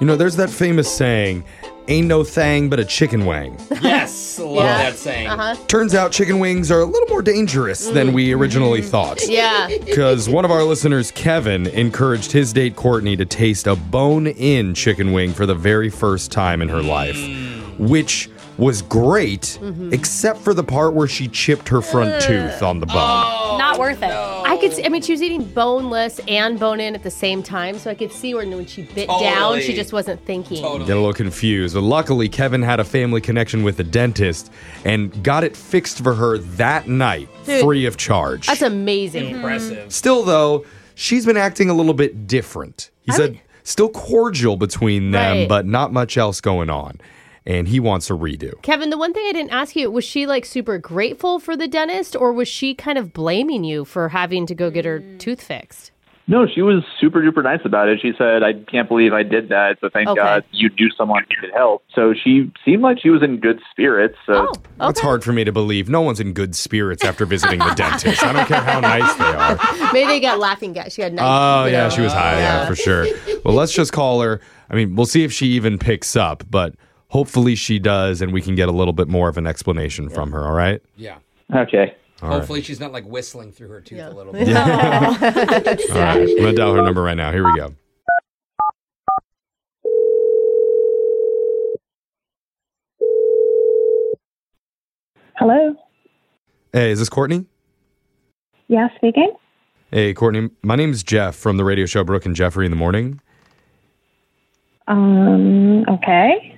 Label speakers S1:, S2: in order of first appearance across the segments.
S1: You know, there's that famous saying, ain't no thang but a chicken wing.
S2: Yes, love
S3: Yeah.
S2: that saying.
S3: Uh huh.
S1: Turns out chicken wings are a little more dangerous than we originally thought.
S3: Yeah.
S1: Because one of our listeners, Kevin, encouraged his date Courtney to taste a bone in chicken wing for the very first time in her life, which was great, except for the part where she chipped her front tooth on the bone.
S2: Oh,
S3: Not worth it. I could. See, I mean, she was eating boneless and bone in at the same time, so I could see where when she bit down,
S2: Totally.
S3: she just wasn't thinking.
S2: Totally.
S1: Get a little confused. But luckily, Kevin had a family connection with a dentist and got it fixed for her that night,
S3: Dude,
S1: free of charge.
S3: That's
S2: Mm-hmm.
S3: amazing.
S2: Impressive.
S1: Still, though, she's been acting a little bit different. He said, still cordial between them,
S3: Right.
S1: but not much else going on. And he wants a redo.
S3: Kevin, the one thing I didn't ask you was she like super grateful for the dentist, or was she kind of blaming you for having to go get her
S2: Mm.
S3: tooth fixed?
S4: No, she was super duper nice about it. She said, I can't believe I did that. So thank
S3: Okay.
S4: God you knew someone who could help. So she seemed like she was in good spirits. So
S3: Oh,
S1: That's
S3: okay.
S1: hard for me to believe. No one's in good spirits after visiting the dentist. I don't care how nice they are.
S3: Maybe they got laughing gas. She had nice.
S1: Oh,
S3: you
S1: yeah,
S3: know.
S1: she was high. Yeah, for sure. Well, let's just call her. I mean, we'll see if she even picks up, but hopefully she does, and we can get a little bit more of an explanation from her, all right?
S2: Yeah.
S4: okay.
S2: Hopefully she's not like whistling through her tooth
S3: Yeah.
S2: a little bit.
S1: All right. I'm going to dial her number right now. Here we go.
S5: Hello.
S1: Hey, is this Courtney?
S5: Yeah, speaking.
S1: Hey, Courtney. My name's Jeff from the radio show Brooke and Jeffrey in the Morning.
S5: Um. Okay.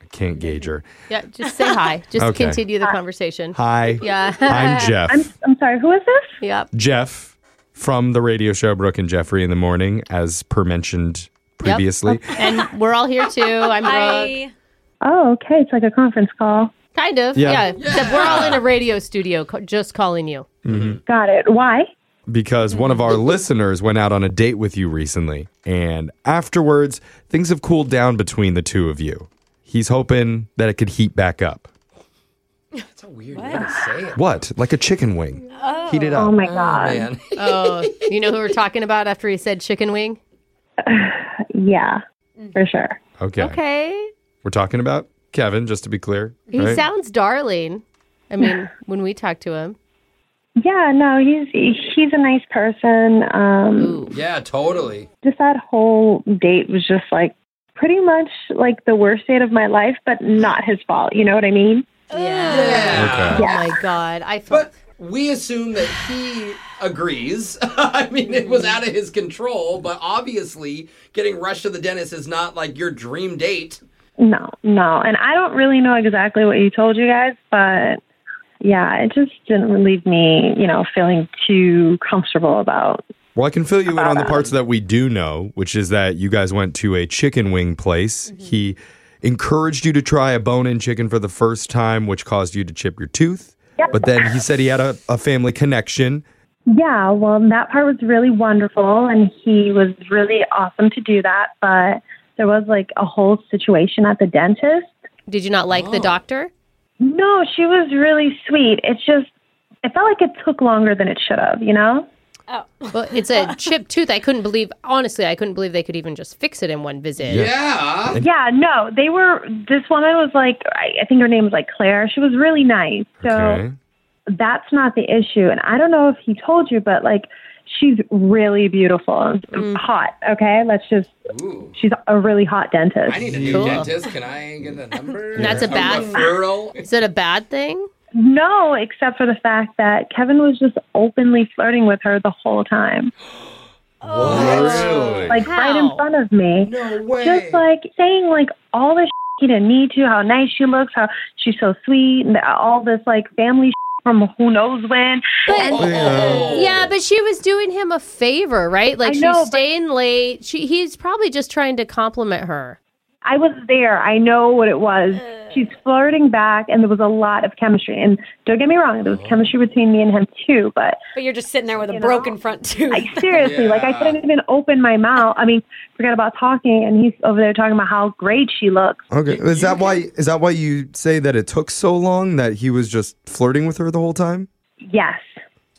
S1: I can't gauge her.
S3: Yeah, just say hi. Just
S1: Okay.
S3: continue the conversation.
S1: Hi.
S3: Yeah.
S1: I'm Jeff.
S5: I'm. I'm sorry. Who is this?
S3: Yep.
S1: Jeff from the radio show Brooke and Jeffrey in the Morning, as per mentioned previously.
S3: And we're all here too. I'm Brooke.
S6: I,
S5: Oh, okay. It's like a conference call.
S3: Kind of.
S1: Yeah.
S3: Yeah. Except we're all in a radio studio ca- just calling you.
S5: Got it. Why?
S1: because one of our listeners went out on a date with you recently. And afterwards, things have cooled down between the two of you. He's hoping that it could heat back up.
S2: That's a weird way to say it.
S1: What? Like a chicken wing. Heat it up.
S5: Oh my God.
S2: Man.
S3: Oh, you know who we're talking about after he said chicken wing?
S5: Yeah. For sure.
S1: okay.
S3: Okay.
S1: We're talking about Kevin, just to be clear.
S3: He
S1: right?
S3: sounds darling. I mean, when we talk to him.
S5: Yeah. No, he's he's a nice person. Um.
S3: Ooh.
S2: Yeah, totally.
S5: Just that whole date was just like pretty much like the worst date of my life, but not his fault. You know what I mean?
S2: Yeah.
S3: Yeah. Oh my god. I felt
S2: But we assume that he agrees. I mean, it
S3: Mm-hmm.
S2: was out of his control, but obviously getting rushed to the dentist is not like your dream date.
S5: No. No. And I don't really know exactly what you told you guys, but. Yeah, it just didn't leave me, you know, feeling too comfortable about
S1: Well, I can fill you in on the parts that we do know, which is that you guys went to a chicken wing place.
S3: Mm-hmm.
S1: He encouraged you to try a bone in chicken for the first time, which caused you to chip your tooth. But then he said he had a, a family connection.
S5: Yeah, well, that part was really wonderful, and he was really awesome to do that. But there was like a whole situation at the dentist.
S3: did you not like the doctor?
S5: No, she was really sweet. It's just, it felt like it took longer than it should have, you know?
S3: Well, it's a chipped tooth. I couldn't believe honestly, I couldn't believe they could even just fix it in one visit.
S2: Yeah.
S5: Yeah, no, they were, this woman was like, I, I think her name was like Claire. She was really nice.
S3: Oh.
S5: So
S1: Okay.
S5: that's not the issue. And I don't know if he told you, but like, she's really beautiful and hot, okay? Let's just,
S2: Ooh.
S5: she's a really hot dentist.
S2: I need a new
S3: Cool.
S2: dentist. Can I get a number?
S3: That's a bad-
S2: referral.
S3: Is that a bad thing?
S5: No, except for the fact that Kevin was just openly flirting with her the whole time.
S1: Really?
S5: Like right
S3: How?
S5: in front of me.
S2: No way.
S5: Just like saying like all the he didn't need to, how nice she looks, how she's so sweet, and all this like family from who knows when.
S1: Oh.
S3: Yeah, but she was doing him a favor, right? Like
S5: I
S3: she
S5: know,
S3: was
S5: but-
S3: staying late. She he's probably just trying to compliment her.
S5: I was there. I know what it was. She's flirting back, and there was a lot of chemistry. And don't get me wrong, there was chemistry between me and him too. But
S6: but you're just sitting there with a broken front tooth.
S5: I seriously, like I
S2: Yeah.
S5: couldn't even open my mouth. I mean, forget about talking, and he's over there talking about how great she looks.
S1: Okay. Is that why is that why you say that it took so long that he was just flirting with her the whole time?
S5: Yes.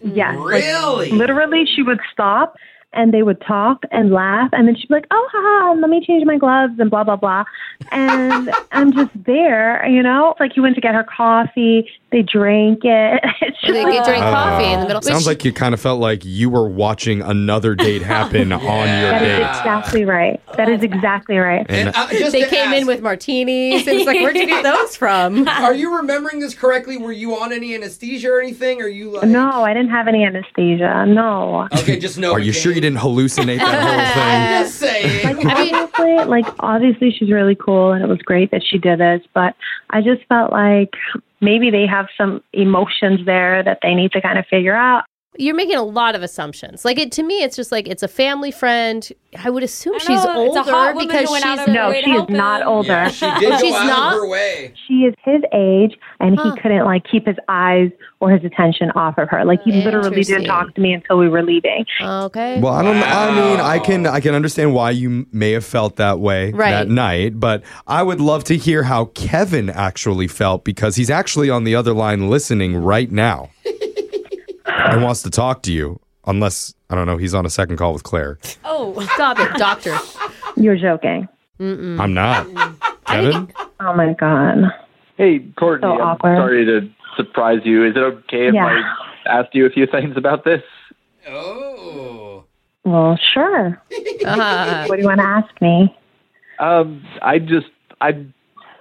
S5: Yes. Like,
S2: Really?
S5: literally, she would stop and they would talk and laugh, and then she'd be like, "Oh, haha, let me change my gloves," and blah blah blah. And I'm just there, you know. It's like you went to get her coffee, they drank it. It's just
S3: They
S5: like,
S3: get drink coffee in the middle.
S1: Sounds
S3: Which-
S1: like you kind of felt like you were watching another date happen on your
S5: that
S1: date.
S5: is exactly right. That is exactly right.
S1: And
S2: Uh, just
S3: they
S2: to
S3: came in
S2: ask,
S3: with martinis. It was like, where'd you get those from?
S2: Are you remembering this correctly? Were you on any anesthesia or anything? Are you like
S5: No, I didn't have any anesthesia. No.
S2: Okay, just no.
S1: are you sure you didn't hallucinate that
S2: Just saying.
S3: I mean,
S5: Honestly, like obviously she's really cool and it was great that she did this, but I just felt like maybe they have some emotions there that they need to kind of figure out.
S3: you're making a lot of assumptions. Like it to me, it's just like it's a family friend. I would assume
S6: I
S3: she's
S6: know, it's a
S3: older
S6: hot woman
S3: because
S6: who went
S3: she's
S6: out of her
S5: No,
S6: Wait,
S5: she is
S6: help
S5: not
S6: him.
S5: older.
S2: Yeah, she did
S3: She's
S2: go out
S3: not?
S2: of her way.
S5: She is his age and
S3: Huh.
S5: he couldn't like keep his eyes or his attention off of her. Like he literally
S3: Interesting.
S5: didn't talk to me until we were leaving.
S3: okay.
S1: whole thing? Well, I don't. I mean, I
S2: Wow.
S1: can. I can understand why you may have felt that way
S3: Right.
S1: that night, but I would love to hear how Kevin actually felt because he's actually on the other line listening right now and wants to talk to you. Unless I don't know, he's on a second call with Claire.
S6: Oh,
S3: Stop it, doctor.
S5: You're joking.
S1: I'm not. Kevin,
S5: Oh my god.
S4: Hey, Courtney,
S5: So
S4: I'm
S5: awkward.
S4: sorry to surprise you. Is it okay if
S5: Yeah.
S4: I asked you a few things about this?
S2: Oh.
S5: Well, sure.
S3: Uh,
S5: What do you want to ask me?
S4: Um, I just, I,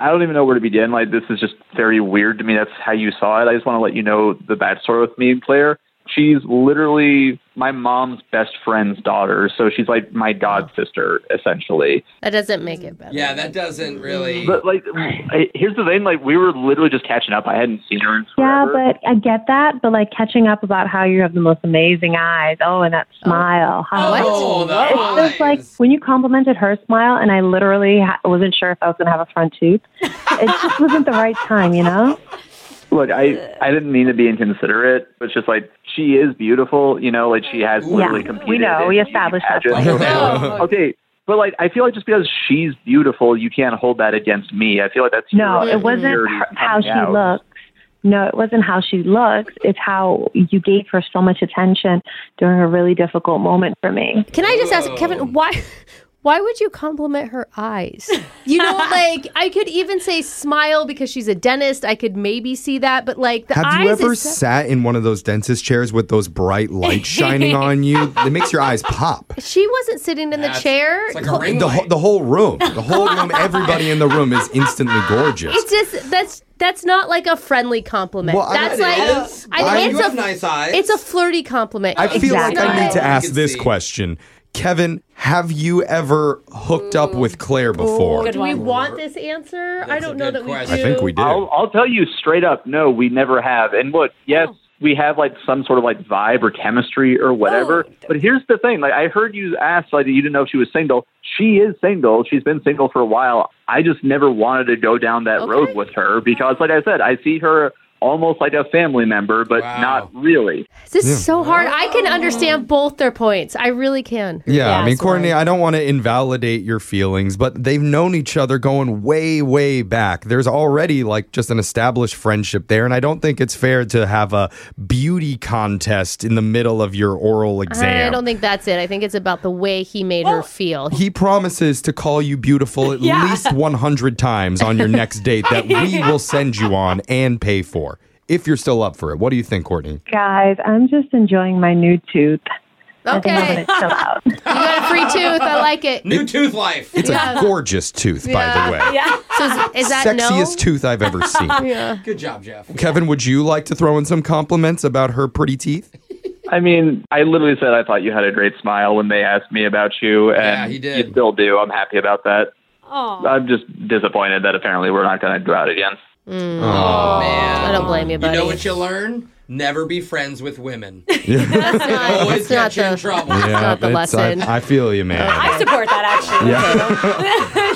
S4: I don't even know where to begin. Like, this is just very weird to me. That's how you saw it. I just want to let you know the backstory with me and Claire. She's literally my mom's best friend's daughter, so she's like my god sister essentially.
S3: that doesn't make it better.
S2: Yeah, that doesn't really.
S4: But like, I, here's the thing: like, we were literally just catching up. I hadn't seen her in
S5: Yeah,
S4: forever.
S5: but I get that, but like catching up about how you have the most amazing eyes. Oh, and that smile. How
S2: Oh, the
S5: It's just like
S2: eyes.
S5: when you complimented her smile, and I literally ha- wasn't sure if I was going to have a front tooth. It just wasn't the right time, you know?
S4: Look, I I didn't mean to be inconsiderate, but it's just like she is beautiful, you know, like she has literally
S5: Yeah,
S4: competed.
S5: we know.
S4: in
S5: We
S4: beauty
S5: established that.
S4: pageants.
S6: No.
S4: okay, but like I feel like just because she's beautiful, you can't hold that against me. I feel like that's
S5: No,
S4: your
S5: it wasn't
S4: insecurity
S5: her, how she
S4: coming out.
S5: looks. No, it wasn't how she looks. It's how you gave her so much attention during a really difficult moment for me.
S3: Can I just ask
S2: Whoa.
S3: Kevin why? Why would you compliment her eyes? You know, like I could even say smile because she's a dentist. I could maybe see that, but like the
S1: have
S3: eyes.
S1: you ever
S3: is-
S1: sat in one of those dentist chairs with those bright lights shining on you? It makes your eyes pop.
S3: she wasn't sitting in the
S2: That's-
S3: chair.
S2: It's like a ring
S1: The,
S2: light.
S1: whole the whole room, the whole room, everybody in the room is instantly gorgeous.
S3: It's just that's that's not like a friendly compliment.
S1: Well, I-
S3: that's
S1: It
S3: like
S2: is,
S3: I-
S2: but
S3: it's
S2: you
S3: a-
S2: have nice eyes.
S3: it's a flirty compliment.
S1: I feel like I
S5: Exactly.
S1: need to ask this
S2: You can see.
S1: question. Kevin, have you ever hooked up with Claire before?
S6: Good
S3: Do we
S6: one.
S3: want this answer? I
S2: That's
S3: don't
S2: a
S3: know
S2: good
S3: that we do.
S2: question.
S1: I think we did.
S4: I'll I'll tell you straight up, no, we never have. And look, yes, we have like some sort of like vibe or chemistry or whatever.
S6: Oh.
S4: But here's the thing: like I heard you ask, like you didn't know if she was single. She is single. She's been single for a while. I just never wanted to go down that
S3: Okay.
S4: road with her because, like I said, I see her almost like a family member, but
S2: Wow.
S4: not really.
S3: This is so hard. I can understand both their points. I really can.
S1: yeah, I mean,
S3: it's
S1: Courtney,
S3: hard.
S1: I don't want to invalidate your feelings, but they've known each other going way, way back. There's already like just an established friendship there, and I don't think it's fair to have a beauty contest in the middle of your oral exam.
S3: I don't think that's it. I think it's about the way he made
S1: Oh.
S3: her feel.
S1: he promises to call you beautiful at
S6: Yeah.
S1: least 100 times on your next date that we will send you on and pay for if you're still up for it. What do you think, Courtney?
S5: Guys, I'm just enjoying my new tooth. I think I'm
S3: Okay,
S5: going to chill out.
S3: you got a free tooth. I like it.
S2: new tooth life.
S1: It's a gorgeous tooth, by the way.
S6: yeah.
S3: So is, is that
S1: Sexiest tooth I've ever seen.
S2: Good job, Jeff.
S1: Kevin, would you like to throw in some compliments about her pretty teeth?
S4: I mean, I literally said I thought you had a great smile when they asked me about you, and
S2: Yeah, he did.
S4: you still do. I'm happy about that.
S6: Oh,
S4: I'm just disappointed that apparently we're not going to go out again.
S3: no? I don't blame you,
S2: You
S3: buddy.
S2: know what you learn? Never be friends with women.
S1: Yeah,
S3: It's not-
S2: Always
S3: it's not
S2: get you in
S3: the.
S2: trouble.
S3: not the
S1: it's- I-
S3: lesson.
S1: I, feel you, man.
S6: I support that actually.
S1: Yeah.